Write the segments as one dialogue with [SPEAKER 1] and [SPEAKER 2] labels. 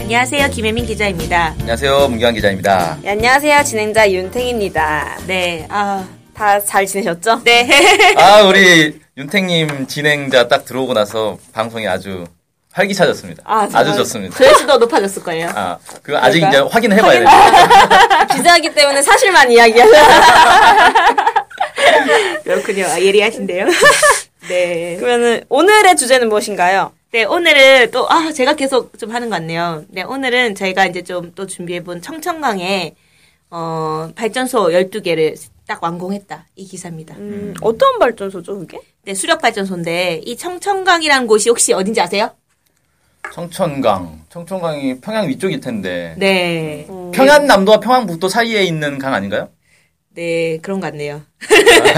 [SPEAKER 1] 안녕하세요. 김혜민 기자입니다.
[SPEAKER 2] 안녕하세요, 문경환 기자입니다.
[SPEAKER 3] 네, 안녕하세요. 진행자 윤탱입니다.
[SPEAKER 1] 네. 아,
[SPEAKER 3] 다 잘 지내셨죠?
[SPEAKER 1] 네.
[SPEAKER 2] 아, 우리 윤택님 진행자 딱 들어오고 나서 방송이 아주 활기차졌습니다.
[SPEAKER 3] 아,
[SPEAKER 2] 주
[SPEAKER 3] 정말.
[SPEAKER 2] 좋습니다.
[SPEAKER 1] 조회수도 높아졌을 거예요.
[SPEAKER 2] 아, 그 아직 이제
[SPEAKER 3] 그럴까요?
[SPEAKER 2] 확인해봐야 돼요.
[SPEAKER 3] 기자이기 때문에 사실만 이야기하자.
[SPEAKER 1] 그렇군요. 아, 예리하신데요. 네.
[SPEAKER 3] 그러면은 오늘의 주제는 무엇인가요?
[SPEAKER 1] 네, 오늘은 또, 아, 제가 계속 좀 하는 것 같네요. 네, 오늘은 저희가 이제 좀 또 준비해본 청천강의, 어, 발전소 12개를 딱 완공했다. 이 기사입니다.
[SPEAKER 3] 음, 어떤 발전소죠, 그게?
[SPEAKER 1] 네, 수력발전소인데, 이 청천강이라는 곳이 혹시 어딘지 아세요?
[SPEAKER 2] 청천강. 청천강이 평양 위쪽일 텐데.
[SPEAKER 1] 네.
[SPEAKER 3] 음.
[SPEAKER 2] 평양남도와 평양북도 사이에 있는 강 아닌가요?
[SPEAKER 1] 네, 그런 것 같네요.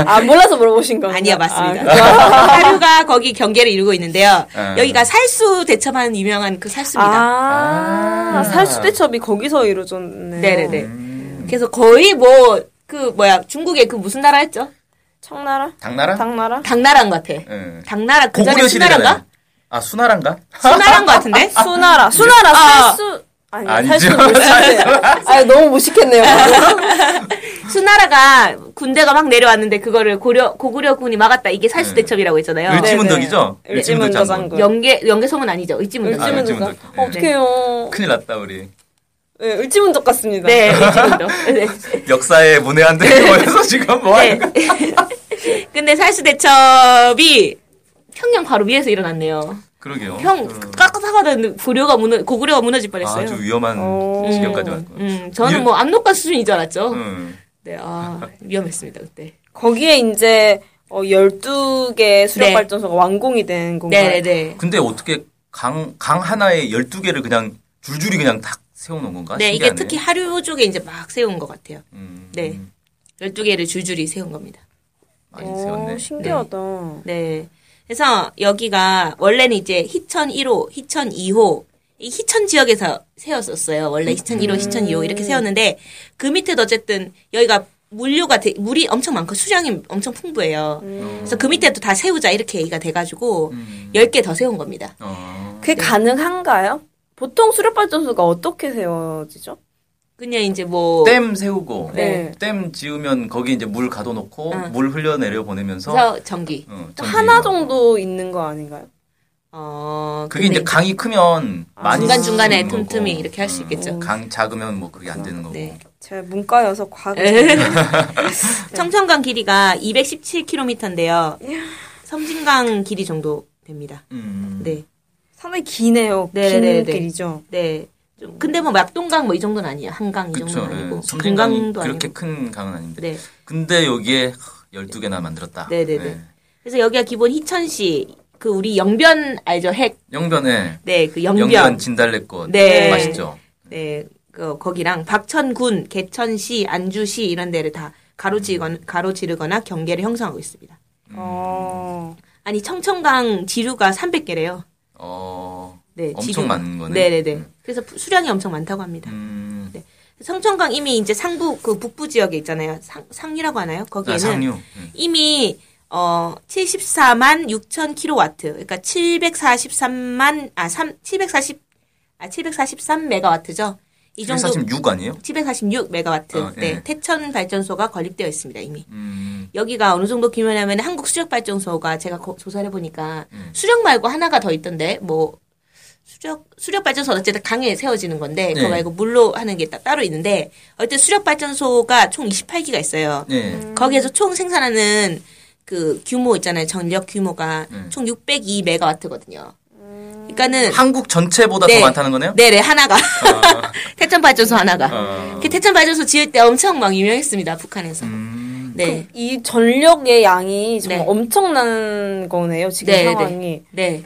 [SPEAKER 3] 아, 몰라서 물어보신 건가요?
[SPEAKER 1] 아니요, 맞습니다.
[SPEAKER 3] 아,
[SPEAKER 1] 사류가 거기 경계를 이루고 있는데요.
[SPEAKER 2] 아.
[SPEAKER 1] 여기가 살수 대첩하는 유명한 그 살수입니다.
[SPEAKER 3] 아, 살수대첩이 거기서 이루어졌네.
[SPEAKER 1] 네네네.
[SPEAKER 2] 음.
[SPEAKER 1] 그래서 거의 뭐, 그, 뭐야, 중국의 그 무슨 나라 했죠?
[SPEAKER 3] 청나라?
[SPEAKER 2] 당나라?
[SPEAKER 3] 당나라?
[SPEAKER 1] 당나라인 것 같아.
[SPEAKER 2] 예.
[SPEAKER 1] 당나라, 그 전에
[SPEAKER 2] 고구려
[SPEAKER 1] 수나라인가?
[SPEAKER 2] 시대가. 아, 수나라인가?
[SPEAKER 1] 수나라인 것 같은데?
[SPEAKER 3] 수나라.
[SPEAKER 1] 아,
[SPEAKER 3] 수나라, 살수. 아니,
[SPEAKER 2] 아니죠.
[SPEAKER 3] 아, 너무 무식했네요.
[SPEAKER 1] 수나라가 군대가 막 내려왔는데 그거를 고려, 고구려군이 막았다. 이게 살수
[SPEAKER 2] 네.
[SPEAKER 1] 대첩이라고 했잖아요.
[SPEAKER 3] 네.
[SPEAKER 2] 을지문덕이죠?
[SPEAKER 3] 네. 을지문덕 장군.
[SPEAKER 1] 연계, 연계소문 아니죠.
[SPEAKER 2] 아,
[SPEAKER 1] 을지문덕.
[SPEAKER 3] 을지문덕.
[SPEAKER 2] 을지문덕. 예.
[SPEAKER 3] 어떡해요.
[SPEAKER 2] 큰일 났다, 우리.
[SPEAKER 3] 네, 을지문덕 같습니다.
[SPEAKER 1] 네, 을지문덕. 네.
[SPEAKER 2] 역사에 문외한들이 모여서 지금 뭐 하는 거야?
[SPEAKER 1] 근데 살수 대첩이 평양 바로 위에서 일어났네요.
[SPEAKER 2] 그러게요.
[SPEAKER 1] 형 깎아사가던 고려가 무너 고구려가 무너질 뻔했어요.
[SPEAKER 2] 음. 아주 위험한 지경까지 왔고.
[SPEAKER 1] 음, 저는
[SPEAKER 2] 유-
[SPEAKER 1] 뭐 압록강 수준인 줄 알았죠.
[SPEAKER 2] 음.
[SPEAKER 1] 네, 아 위험했습니다 그때.
[SPEAKER 3] 거기에 이제 어, 12개 수력발전소가 완공이 된 건가요?
[SPEAKER 1] 네, 네, 네.
[SPEAKER 2] 근데 어떻게 강, 강 하나에 12개를 그냥 줄줄이 그냥 탁 세워놓은 건가?
[SPEAKER 1] 네, 이게
[SPEAKER 2] 아, 신기하네.
[SPEAKER 1] 특히 하류 쪽에 이제 막 세운 것 같아요.
[SPEAKER 2] 음,
[SPEAKER 1] 네, 1 2 개를 줄줄이 세운 겁니다.
[SPEAKER 2] 아, 많이 세웠네.
[SPEAKER 3] 오, 어, 신기하다.
[SPEAKER 1] 네, 그래서 여기가 원래는 이제 희천 1호, 희천 2호 이 희천 지역에서 세웠었어요.
[SPEAKER 2] 음.
[SPEAKER 1] 원래 희천 1호, 희천 2호 이렇게 세웠는데 그 밑에도 어쨌든 여기가 물류가 되- 물이 엄청 많고 수량이 엄청 풍부해요. 그래서 그 밑에도 다 세우자 이렇게 얘기가 돼가지고
[SPEAKER 2] 음.
[SPEAKER 1] 10개 더 세운 겁니다.
[SPEAKER 2] 어.
[SPEAKER 1] 예.
[SPEAKER 3] 그게 가능한가요? 보통 수력발전소가 어떻게 세워지죠?
[SPEAKER 1] 그냥 이제 뭐
[SPEAKER 2] 댐 세우고,
[SPEAKER 3] 네.
[SPEAKER 2] 댐 지으면 거기 이제 물 가둬놓고,
[SPEAKER 1] 응.
[SPEAKER 2] 물 흘려내려 보내면서.
[SPEAKER 1] 그래서 전기.
[SPEAKER 2] 응, 전기
[SPEAKER 3] 하나
[SPEAKER 2] 막.
[SPEAKER 3] 정도 있는 거 아닌가요?
[SPEAKER 1] 어
[SPEAKER 2] 그게 이제
[SPEAKER 1] 근데
[SPEAKER 2] 강이 크면 많이
[SPEAKER 1] 아, 중간 중간에
[SPEAKER 2] 쓰는 거고.
[SPEAKER 1] 틈틈이 이렇게 할 수
[SPEAKER 2] 음,
[SPEAKER 1] 있겠죠.
[SPEAKER 2] 강 작으면 뭐 그게 안 되는 거고.
[SPEAKER 1] 네.
[SPEAKER 3] 제가 문과여서 과거.
[SPEAKER 1] 예. 청천강 길이가 217km인데요. 섬진강 길이 정도 됩니다.
[SPEAKER 2] 음.
[SPEAKER 1] 네.
[SPEAKER 3] 상당히 기네요.
[SPEAKER 1] 네,
[SPEAKER 3] 긴
[SPEAKER 1] 네, 네.
[SPEAKER 3] 길이죠.
[SPEAKER 1] 네. 좀 근데 뭐 막동강 뭐 이 정도는 아니에요. 한강 이
[SPEAKER 2] 그쵸.
[SPEAKER 1] 정도는 아니고
[SPEAKER 2] 예. 섬진강이
[SPEAKER 1] 금강도
[SPEAKER 2] 그렇게
[SPEAKER 1] 아니고.
[SPEAKER 2] 큰 강은 아닌데.
[SPEAKER 1] 네.
[SPEAKER 2] 근데 여기에 12개나 만들었다.
[SPEAKER 1] 네네네. 그래서 여기가 기본 희천시 그 우리 영변 알죠? 핵.
[SPEAKER 2] 영변에
[SPEAKER 1] 네. 그 영변.
[SPEAKER 2] 영변 진달래꽃
[SPEAKER 1] 네.
[SPEAKER 2] 맛있죠.
[SPEAKER 1] 네. 그 거기랑 박천군, 개천시, 안주시 이런 데를 다
[SPEAKER 2] 음.
[SPEAKER 1] 가로지거나 가로지르거나 경계를 형성하고 있습니다.
[SPEAKER 3] 어.
[SPEAKER 1] 아니 청천강 지류가 300개래요.
[SPEAKER 2] 어,
[SPEAKER 1] 네,
[SPEAKER 2] 엄청
[SPEAKER 1] 지류가.
[SPEAKER 2] 많은 거네.
[SPEAKER 1] 네네네.
[SPEAKER 2] 음.
[SPEAKER 1] 그래서 수량이 엄청 많다고 합니다.
[SPEAKER 2] 음,
[SPEAKER 1] 성천강 이미 이제 상부 그 북부 지역에 있잖아요. 상, 상류라고 하나요?
[SPEAKER 2] 아,
[SPEAKER 1] 거기에는
[SPEAKER 2] 상류. 음.
[SPEAKER 1] 이미 어 74만 6천 킬로와트, 그러니까 743만 아 3, 740, 아 743 메가와트죠. 이 정도
[SPEAKER 2] 746 아니에요?
[SPEAKER 1] 746 메가와트.
[SPEAKER 2] 어,
[SPEAKER 1] 네,
[SPEAKER 2] 예.
[SPEAKER 1] 태천 발전소가 건립되어 있습니다 이미.
[SPEAKER 2] 음,
[SPEAKER 1] 여기가 어느 정도 규모냐면 한국 수력 발전소가 제가 거- 조사를 해보니까
[SPEAKER 2] 음.
[SPEAKER 1] 수력 말고 하나가 더 있던데 뭐 수력 수력 발전소 어쨌든 강에 세워지는 건데 그거
[SPEAKER 2] 네.
[SPEAKER 1] 말고 물로 하는 게 따, 따로 있는데 어쨌든 수력 발전소가 총 28기가 있어요.
[SPEAKER 2] 네.
[SPEAKER 1] 거기에서 총 생산하는 그 규모 있잖아요. 전력 규모가
[SPEAKER 2] 음.
[SPEAKER 1] 총 602 메가와트거든요. 그러니까는
[SPEAKER 2] 한국 전체보다
[SPEAKER 1] 네.
[SPEAKER 2] 더 많다는 거네요?
[SPEAKER 1] 네네 하나가 태천 발전소 하나가
[SPEAKER 2] 어,
[SPEAKER 1] 그 태천 발전소 지을 때 엄청 막 유명했습니다 북한에서.
[SPEAKER 2] 음,
[SPEAKER 1] 네.
[SPEAKER 3] 이 전력의 양이 정말
[SPEAKER 1] 네.
[SPEAKER 3] 엄청난 거네요, 지금
[SPEAKER 1] 네,
[SPEAKER 3] 상황이.
[SPEAKER 1] 네.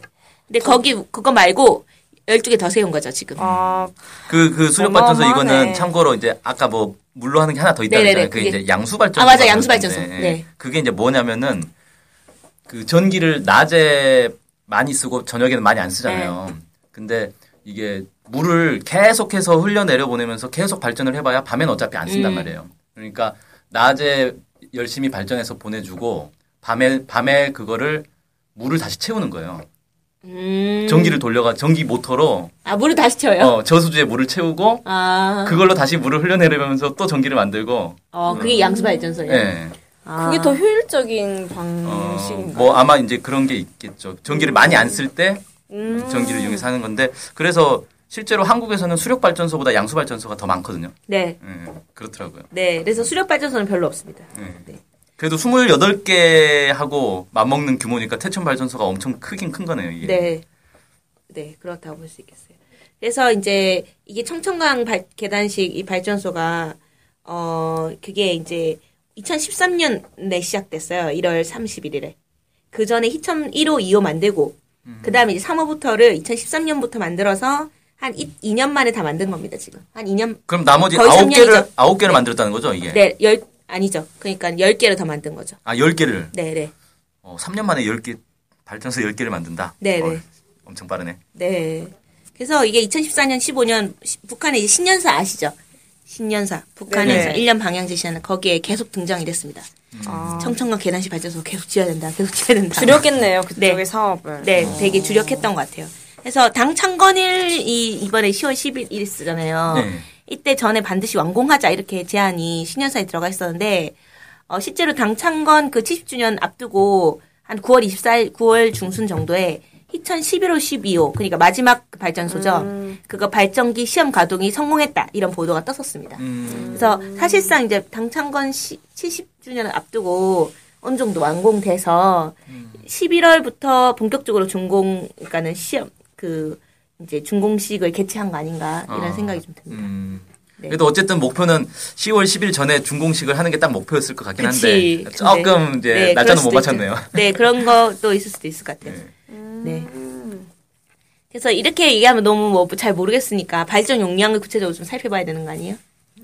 [SPEAKER 1] 근데 거기 그거 말고 12개 더 세운 거죠, 지금.
[SPEAKER 3] 아,
[SPEAKER 2] 그, 그 수력발전소
[SPEAKER 3] 어마어마하네.
[SPEAKER 2] 이거는 참고로 이제 아까 뭐 물로 하는 게 하나 더 있다
[SPEAKER 1] 네네네,
[SPEAKER 2] 그랬잖아요. 그게
[SPEAKER 1] 그게-
[SPEAKER 2] 이제 양수발전소.
[SPEAKER 1] 아, 맞아, 양수발전소. 네.
[SPEAKER 2] 그게 이제 뭐냐면은 그 전기를 낮에 많이 쓰고 저녁에는 많이 안 쓰잖아요.
[SPEAKER 1] 네.
[SPEAKER 2] 근데 이게 물을 계속해서 흘려내려 보내면서 계속 발전을 해봐야 밤엔 어차피 안 쓴단
[SPEAKER 1] 음.
[SPEAKER 2] 말이에요. 그러니까 낮에 열심히 발전해서 보내주고 밤에 밤에 그거를 물을 다시 채우는 거예요.
[SPEAKER 1] 음.
[SPEAKER 2] 전기를 돌려가 전기 모터로
[SPEAKER 1] 아, 물을 다시 채워요?
[SPEAKER 2] 어, 저수지에 물을 채우고
[SPEAKER 1] 아.
[SPEAKER 2] 그걸로 다시 물을 흘려내리면서 또 전기를 만들고.
[SPEAKER 1] 어,
[SPEAKER 2] 음.
[SPEAKER 1] 그게 양수발전소예요.
[SPEAKER 2] 예.
[SPEAKER 1] 아.
[SPEAKER 3] 그게 더 효율적인
[SPEAKER 1] 음,
[SPEAKER 2] 어,
[SPEAKER 3] 방식인가?
[SPEAKER 2] 뭐 아마 이제 그런 게 있겠죠. 전기를 많이 안 쓸 때
[SPEAKER 1] 음.
[SPEAKER 2] 전기를 이용해서 하는 건데 그래서 실제로 한국에서는 수력 발전소보다 양수 발전소가 더 많거든요.
[SPEAKER 1] 네.
[SPEAKER 2] 예. 그렇더라고요.
[SPEAKER 1] 네. 그래서 수력발전소는 별로 없습니다.
[SPEAKER 2] 그래도 28개 하고 맞먹는 규모니까 태천 발전소가 엄청 크긴 큰 거네요, 이게.
[SPEAKER 1] 네. 네, 그렇다고 볼 수 있겠어요. 그래서 이제 이게 청천강 발- 계단식 이 발전소가 어 그게 이제 2013년에 시작됐어요. 1월 31일에. 그 전에 희천 1호, 2호 만들고 그다음에 이제 3호부터를 2013년부터 만들어서 한 2년 만에 다 만든 겁니다, 지금. 한 2년
[SPEAKER 2] 그럼 나머지
[SPEAKER 1] 거의
[SPEAKER 2] 9개를
[SPEAKER 1] 삼년이죠.
[SPEAKER 2] 아홉 개를 만들었다는 거죠, 이게.
[SPEAKER 1] 네, 열 아니죠. 그러니까 10개를 더 만든 거죠.
[SPEAKER 2] 아, 10개를.
[SPEAKER 1] 네, 네.
[SPEAKER 2] 어, 3년 만에 10개 발전소 10개를 만든다.
[SPEAKER 1] 네,
[SPEAKER 2] 어,
[SPEAKER 1] 네.
[SPEAKER 2] 엄청 빠르네.
[SPEAKER 1] 네. 그래서 이게 2014년, 15년 북한의 이제 신년사 아시죠? 신년사 북한에서
[SPEAKER 3] 네네.
[SPEAKER 1] 1년 방향 제시하는 거기에 계속 등장이 됐습니다.
[SPEAKER 3] 아,
[SPEAKER 1] 청천강 계단식 발전소 계속 지어야 된다, 계속 지어야 된다.
[SPEAKER 3] 줄였겠네요 그쪽의
[SPEAKER 1] 네.
[SPEAKER 3] 사업을.
[SPEAKER 1] 네, 되게 주력했던 것 같아요. 그래서 당 창건일이 이번에 10월 11일이잖아요.
[SPEAKER 2] 네.
[SPEAKER 1] 이때 전에 반드시 완공하자 이렇게 제안이 신년사에 들어가 있었는데 어, 실제로 당 창건 그 70주년 앞두고 한 9월 24일, 9월 중순 정도에 희천 11호, 12호 그러니까 마지막 그 발전소죠. 그거 발전기 시험 가동이 성공했다 이런 보도가 떴었습니다.
[SPEAKER 2] 음.
[SPEAKER 1] 그래서 사실상 이제 당창건 시, 70주년을 앞두고 어느 정도 완공돼서 11월부터 본격적으로 준공 그러니까는 시험 그 이제 준공식을 개최한 거 아닌가 이런
[SPEAKER 2] 아.
[SPEAKER 1] 생각이 좀 듭니다.
[SPEAKER 2] 음.
[SPEAKER 1] 네.
[SPEAKER 2] 그래도 어쨌든 목표는 10월 10일 전에 준공식을 하는 게 딱 목표였을 것 같긴
[SPEAKER 1] 그치.
[SPEAKER 2] 한데 조금
[SPEAKER 1] 근데,
[SPEAKER 2] 이제
[SPEAKER 1] 네,
[SPEAKER 2] 날짜는
[SPEAKER 1] 그럴 수도
[SPEAKER 2] 못 맞췄네요.
[SPEAKER 1] 있죠. 네, 그런 것도 있을 수도 있을 것 같아요.
[SPEAKER 2] 네.
[SPEAKER 1] 네. 그래서 이렇게 얘기하면 너무 뭐 잘 모르겠으니까 발전 용량을 구체적으로 좀 살펴봐야 되는 거 아니에요?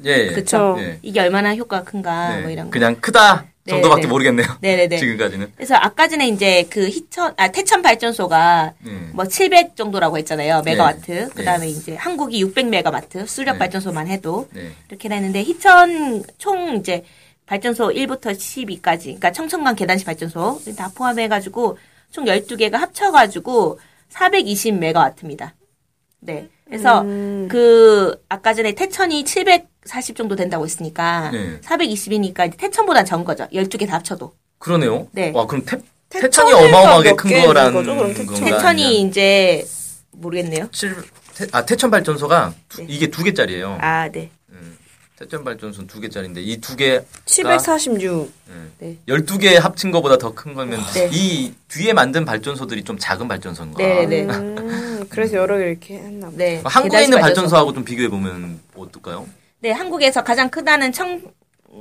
[SPEAKER 2] 예, 예.
[SPEAKER 1] 그쵸.
[SPEAKER 2] 예.
[SPEAKER 1] 이게 얼마나 효과가 큰가
[SPEAKER 2] 네.
[SPEAKER 1] 뭐 이런 거.
[SPEAKER 2] 그냥 크다
[SPEAKER 1] 네,
[SPEAKER 2] 정도밖에
[SPEAKER 1] 네.
[SPEAKER 2] 모르겠네요.
[SPEAKER 1] 네, 네, 네.
[SPEAKER 2] 지금까지는.
[SPEAKER 1] 그래서 아까 전에 이제 그 희천 아 태천 발전소가
[SPEAKER 2] 네.
[SPEAKER 1] 뭐 700 정도라고 했잖아요 메가와트
[SPEAKER 2] 네.
[SPEAKER 1] 그다음에 이제 한국이 600 메가와트 수력
[SPEAKER 2] 네.
[SPEAKER 1] 발전소만 해도
[SPEAKER 2] 네.
[SPEAKER 1] 이렇게 했는데 희천 총 이제 발전소 1부터 12까지 그러니까 청천강 계단식 발전소 다 포함해 가지고 총 12개가 합쳐 가지고 420 메가와트입니다. 네. 그래서
[SPEAKER 3] 음.
[SPEAKER 1] 그 아까 전에 태천이 740 정도 된다고 했으니까
[SPEAKER 2] 네.
[SPEAKER 1] 420이니까 태천보다 적은 거죠. 12개 다 합쳐도.
[SPEAKER 2] 그러네요.
[SPEAKER 1] 네. 뭐
[SPEAKER 2] 와, 그럼 태,
[SPEAKER 3] 태천이
[SPEAKER 2] 태천이 어마어마하게
[SPEAKER 3] 몇
[SPEAKER 2] 큰
[SPEAKER 3] 개인
[SPEAKER 2] 거라는
[SPEAKER 3] 거죠? 그럼 태천.
[SPEAKER 2] 건가?
[SPEAKER 1] 태천이 이제 모르겠네요.
[SPEAKER 2] 7 태, 아, 태천 발전소가 두- 이게 두 개짜리예요.
[SPEAKER 1] 네. 아, 네.
[SPEAKER 2] 태천 발전소는 두 개짜리인데 이 두 개
[SPEAKER 3] 746.
[SPEAKER 2] 12개 합친 거보다 더 큰 거면
[SPEAKER 1] 네.
[SPEAKER 2] 이 뒤에 만든 발전소들이 좀 작은 발전소인 거예요.
[SPEAKER 1] 네, 네.
[SPEAKER 3] 음, 그래서 여러 개 이렇게 했나 보다.
[SPEAKER 1] 네.
[SPEAKER 2] 그러니까 한국에 있는
[SPEAKER 1] 계단식
[SPEAKER 2] 발전소하고 좀 비교해 보면 어떨까요?
[SPEAKER 1] 네, 한국에서 가장 크다는 청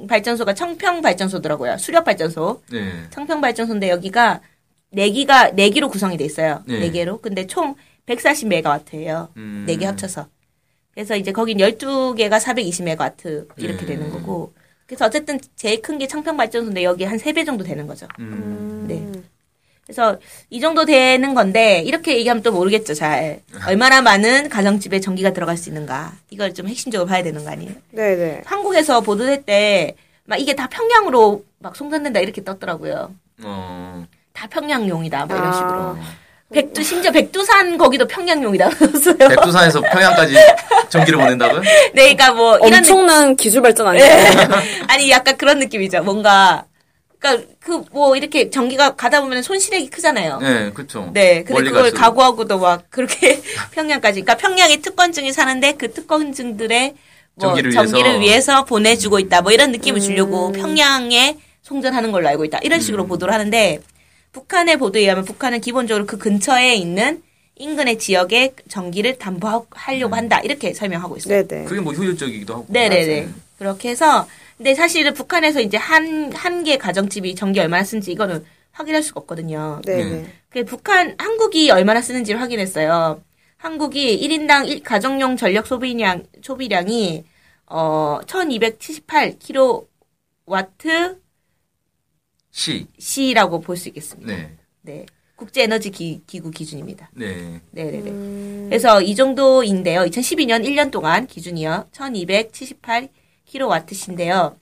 [SPEAKER 1] 발전소가 청평 발전소더라고요. 수력 발전소.
[SPEAKER 2] 네.
[SPEAKER 1] 청평 발전소인데 여기가 4기가 4기로 구성이 돼 있어요.
[SPEAKER 2] 네.
[SPEAKER 1] 네. 4개로. 근데 총 140메가와트예요.
[SPEAKER 2] 음.
[SPEAKER 1] 네 4개 합쳐서. 그래서 이제 거긴 12개가 420메가와트 이렇게
[SPEAKER 2] 음.
[SPEAKER 1] 되는 거고. 그래서 어쨌든 제일 큰 게 청평 발전소인데 여기 한 3배 정도 되는 거죠.
[SPEAKER 2] 음.
[SPEAKER 3] 음.
[SPEAKER 1] 네. 그래서 이 정도 되는 건데 이렇게 얘기하면 또 모르겠죠. 잘 얼마나 많은 가정집에 전기가 들어갈 수 있는가 이걸 좀 핵심적으로 봐야 되는 거 아니에요?
[SPEAKER 3] 네네.
[SPEAKER 1] 한국에서 보도될 때 막 이게 다 평양으로 막 송전된다 이렇게 떴더라고요.
[SPEAKER 2] 어.
[SPEAKER 1] 다 평양용이다 뭐 이런
[SPEAKER 3] 아.
[SPEAKER 1] 식으로. 백두 심지어 백두산 거기도 평양용이다 그랬어요.
[SPEAKER 2] 백두산에서 평양까지 전기를 보낸다고요?
[SPEAKER 1] 네, 그러니까 뭐 이런 느낌- 네.
[SPEAKER 3] 엄청난 기술 네. 발전 아니에요?
[SPEAKER 1] 아니 약간 그런 느낌이죠. 뭔가 그러니까 그 뭐 이렇게 전기가 가다 보면 손실액이 크잖아요.
[SPEAKER 2] 네, 그렇죠.
[SPEAKER 1] 네, 근데
[SPEAKER 2] 멀리
[SPEAKER 1] 그걸
[SPEAKER 2] 갈수록.
[SPEAKER 1] 각오하고도 막 그렇게 평양까지. 그러니까 평양에 특권증이 사는데 그 특권증들의 뭐
[SPEAKER 2] 전기를
[SPEAKER 1] 전기를,
[SPEAKER 2] 위해서.
[SPEAKER 1] 위해서. 보내주고 있다. 뭐 이런 느낌을 주려고 평양에 송전하는 걸로 알고 있다. 이런
[SPEAKER 2] 음.
[SPEAKER 1] 식으로 보도를 하는데 북한의 보도에 의하면 북한은 기본적으로 그 근처에 있는 인근의 지역의 전기를
[SPEAKER 2] 음.
[SPEAKER 1] 담보하려고 한다. 이렇게 설명하고 있어요.
[SPEAKER 3] 네네.
[SPEAKER 2] 그게 뭐 효율적이기도 하고.
[SPEAKER 1] 네네네. 그렇게 해서 근데 사실은 북한에서 이제 한 한 개 가정집이 전기 얼마나 쓰는지 이거는 확인할 수가 없거든요.
[SPEAKER 3] 네네.
[SPEAKER 1] 그 북한 한국이 얼마나 쓰는지를 확인했어요. 한국이 1인당 일 가정용 전력 소비량, 소비량이 어, 1278kW
[SPEAKER 2] 시.
[SPEAKER 1] C라고 볼 수 있겠습니다.
[SPEAKER 2] 네.
[SPEAKER 1] 네. 국제 에너지 기, 기구 기준입니다.
[SPEAKER 2] 네.
[SPEAKER 1] 네네네. 그래서 이 정도인데요. 2012년 1년 동안 기준이요. 1278kWh인데요.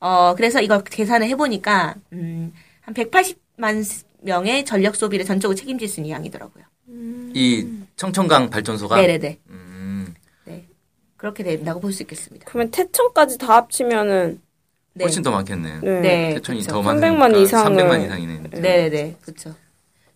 [SPEAKER 1] 어, 그래서 이걸 계산을 해보니까, 음, 한 180만 명의 전력 소비를 전적으로 책임질 수 있는 양이더라고요.
[SPEAKER 2] 이 청천강 발전소가
[SPEAKER 1] 네네네.
[SPEAKER 2] 음,
[SPEAKER 1] 그렇게 된다고 볼 수 있겠습니다.
[SPEAKER 3] 그러면 태천까지 다 합치면은
[SPEAKER 1] 네.
[SPEAKER 2] 훨씬 더 많겠네요.
[SPEAKER 3] 네.
[SPEAKER 1] 네.
[SPEAKER 2] 태천이
[SPEAKER 1] 그쵸.
[SPEAKER 2] 더 많으니까
[SPEAKER 3] 300만 이상을-
[SPEAKER 2] 300만 이상이네요. 그렇죠.
[SPEAKER 1] 네네네. 그쵸.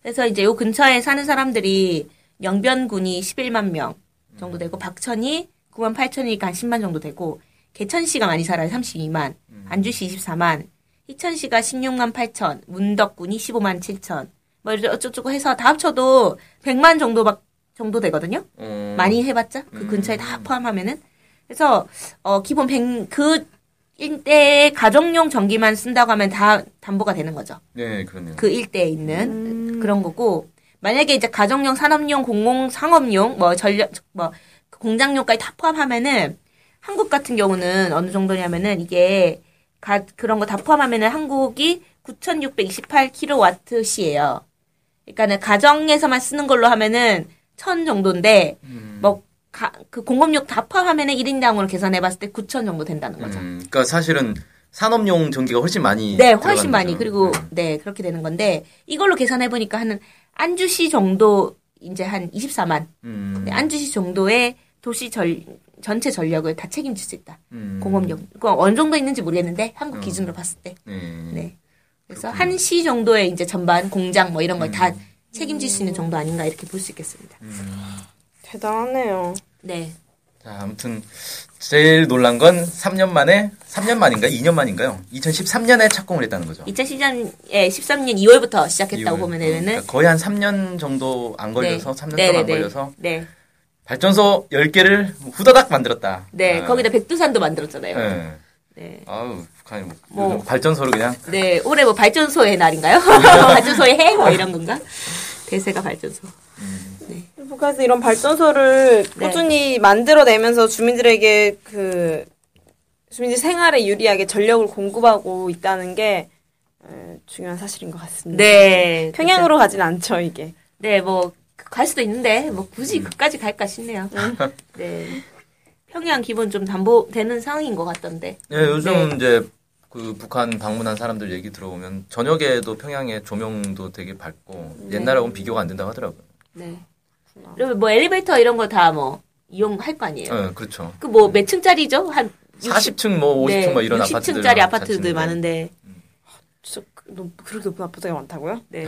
[SPEAKER 1] 그래서 이제 요 근처에 사는 사람들이 영변군이 11만 명 정도 되고, 박천이 9만 8천이니까 한 10만 정도 되고, 개천시가 많이 살아요. 32만.
[SPEAKER 2] 음.
[SPEAKER 1] 안주시 24만. 희천시가 16만 8천. 문덕군이 15만 7천. 뭐 어쩌고저쩌고 해서 다 합쳐도 100만 정도 막, 정도 되거든요.
[SPEAKER 2] 어,
[SPEAKER 1] 많이 해봤자 그
[SPEAKER 2] 음.
[SPEAKER 1] 근처에 다 포함하면은 그래서 어 기본 100그 일대에 가정용 전기만 쓴다고 하면 다 담보가 되는 거죠.
[SPEAKER 2] 네, 그러네요.
[SPEAKER 1] 그 일대에 있는 그런 거고 만약에 이제 가정용, 산업용, 공공 상업용 뭐 전력 뭐그 공장용까지 다 포함하면은 한국 같은 경우는 어느 정도냐면은 이게 가, 그런 거 다 포함하면은 한국이 9,628kWh예요. 그러니까는 가정에서만 쓰는 걸로 하면은 1,000 정도인데
[SPEAKER 2] 음,
[SPEAKER 1] 뭐, 가, 그 공업용 다 포함하면 1인당으로 계산해봤을 때 9천 정도 된다는 거죠.
[SPEAKER 2] 음, 그러니까 사실은 산업용 전기가 훨씬 많이
[SPEAKER 1] 네,
[SPEAKER 2] 들어가는
[SPEAKER 1] 훨씬 많이.
[SPEAKER 2] 거죠.
[SPEAKER 1] 그리고,
[SPEAKER 2] 음.
[SPEAKER 1] 네, 그렇게 되는 건데, 이걸로 계산해보니까 한, 안주시 정도, 이제 한 24만.
[SPEAKER 2] 음,
[SPEAKER 1] 네, 안주시 정도의 도시 전, 전체 전력을 다 책임질 수 있다.
[SPEAKER 2] 음,
[SPEAKER 1] 공업용. 그건 어느 정도 있는지 모르겠는데, 한국
[SPEAKER 2] 음.
[SPEAKER 1] 기준으로 봤을 때.
[SPEAKER 2] 네.
[SPEAKER 1] 네. 그래서 한 시 정도의 이제 전반 공장 뭐 이런 걸 다
[SPEAKER 2] 음.
[SPEAKER 1] 책임질 수 있는 정도 아닌가 이렇게 볼 수 있겠습니다.
[SPEAKER 3] 대단하네요.
[SPEAKER 1] 네.
[SPEAKER 2] 자, 아무튼 제일 놀란 건 3년 만에 3년 만인가 2년 만인가요? 2013년에 착공을 했다는 거죠.
[SPEAKER 1] 2013년 13년 2월부터 시작했다고
[SPEAKER 2] 이후에.
[SPEAKER 1] 보면 되면은 네.
[SPEAKER 2] 그러니까 거의 한 3년 정도 안 걸려서 3년 동안 안
[SPEAKER 1] 네네네.
[SPEAKER 2] 걸려서
[SPEAKER 1] 네.
[SPEAKER 2] 발전소 10개를 후다닥 만들었다.
[SPEAKER 1] 네.
[SPEAKER 2] 아,
[SPEAKER 1] 거기다 백두산도 만들었잖아요. 네.
[SPEAKER 2] 예.
[SPEAKER 1] 네.
[SPEAKER 2] 아우 북한이 뭐,
[SPEAKER 1] 뭐.
[SPEAKER 2] 요즘 발전소를 그냥
[SPEAKER 1] 올해 뭐 발전소의
[SPEAKER 2] 네.
[SPEAKER 1] 날인가요? 발전소의 해? 뭐 이런 건가? 대세가 발전소.
[SPEAKER 3] 북한에서 이런 발전소를
[SPEAKER 1] 네.
[SPEAKER 3] 꾸준히 만들어내면서 주민들에게 그 주민들 생활에 유리하게 전력을 공급하고 있다는 게 에, 중요한 사실인 것 같습니다.
[SPEAKER 1] 네.
[SPEAKER 3] 평양으로 가진 않죠 이게.
[SPEAKER 1] 네, 뭐 갈 수도 있는데 뭐
[SPEAKER 2] 음.
[SPEAKER 1] 굳이 그까지 갈까 싶네요. 네. 평양 기본 좀 담보되는 상황인 것 같던데.
[SPEAKER 2] 예,
[SPEAKER 1] 네.
[SPEAKER 2] 요즘 이제 그 북한 방문한 사람들 얘기 들어보면 저녁에도 평양의 조명도 되게 밝고 옛날하고는 비교가 안 된다고 하더라고요.
[SPEAKER 1] 네.
[SPEAKER 2] 어.
[SPEAKER 1] 그러면 뭐 엘리베이터 이런 거 다 뭐 이용할 거 아니에요?
[SPEAKER 2] 예, 그렇죠.
[SPEAKER 1] 그 뭐 몇 층짜리죠? 한
[SPEAKER 2] 40층 뭐 50층 뭐 이런 아파트들
[SPEAKER 1] 네, 60층짜리
[SPEAKER 2] 자체인데.
[SPEAKER 1] 아파트들 많은데
[SPEAKER 3] 진짜 그- 너무 그렇게 높은 아파트가 많다고요?
[SPEAKER 1] 네.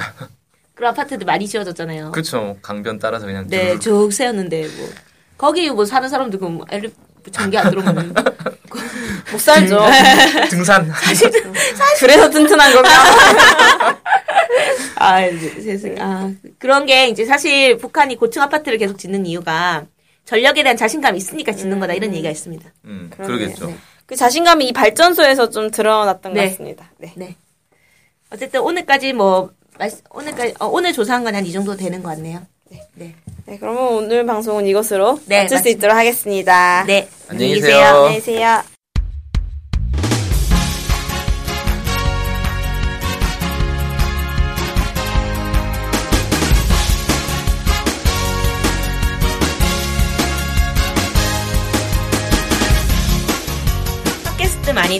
[SPEAKER 1] 그런 아파트들 많이 지어졌잖아요.
[SPEAKER 2] 그렇죠. 강변 따라서 그냥
[SPEAKER 1] 네,
[SPEAKER 2] 쭉.
[SPEAKER 1] 쭉 세웠는데 뭐 거기 뭐 사는 사람들 그럼 엘리 전기 안 네. 들어오면
[SPEAKER 3] 못 살죠.
[SPEAKER 2] 등산.
[SPEAKER 3] 그래서 튼튼한 겁니다.
[SPEAKER 1] 아,
[SPEAKER 3] 네,
[SPEAKER 1] 이제 세상에. 아, 그런 게 이제 사실 북한이 고층 아파트를 계속 짓는 이유가 전력에 대한 자신감이 있으니까 짓는 거다 이런 얘기가 있습니다.
[SPEAKER 2] 음,
[SPEAKER 3] 그러네요.
[SPEAKER 2] 그러겠죠.
[SPEAKER 1] 네.
[SPEAKER 3] 그 자신감이 이 발전소에서 좀 드러났던
[SPEAKER 1] 네.
[SPEAKER 3] 것 같습니다. 네.
[SPEAKER 1] 네. 어쨌든 오늘까지 뭐 말씀- 오늘까지 어, 오늘 조사한 건 한 이 정도 되는 것 같네요. 네. 네.
[SPEAKER 3] 네, 그러면 오늘 방송은 이것으로
[SPEAKER 1] 네,
[SPEAKER 3] 마칠 수
[SPEAKER 1] 맞습니다.
[SPEAKER 3] 있도록 하겠습니다.
[SPEAKER 1] 네.
[SPEAKER 2] 아, 안녕히
[SPEAKER 1] 안녕히
[SPEAKER 2] 계세요.
[SPEAKER 3] 안녕히 계세요.
[SPEAKER 1] 팟캐스트 많이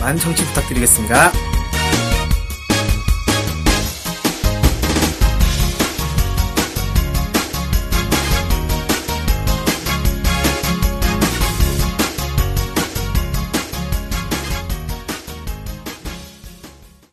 [SPEAKER 4] 많은 청취 부탁드리겠습니다.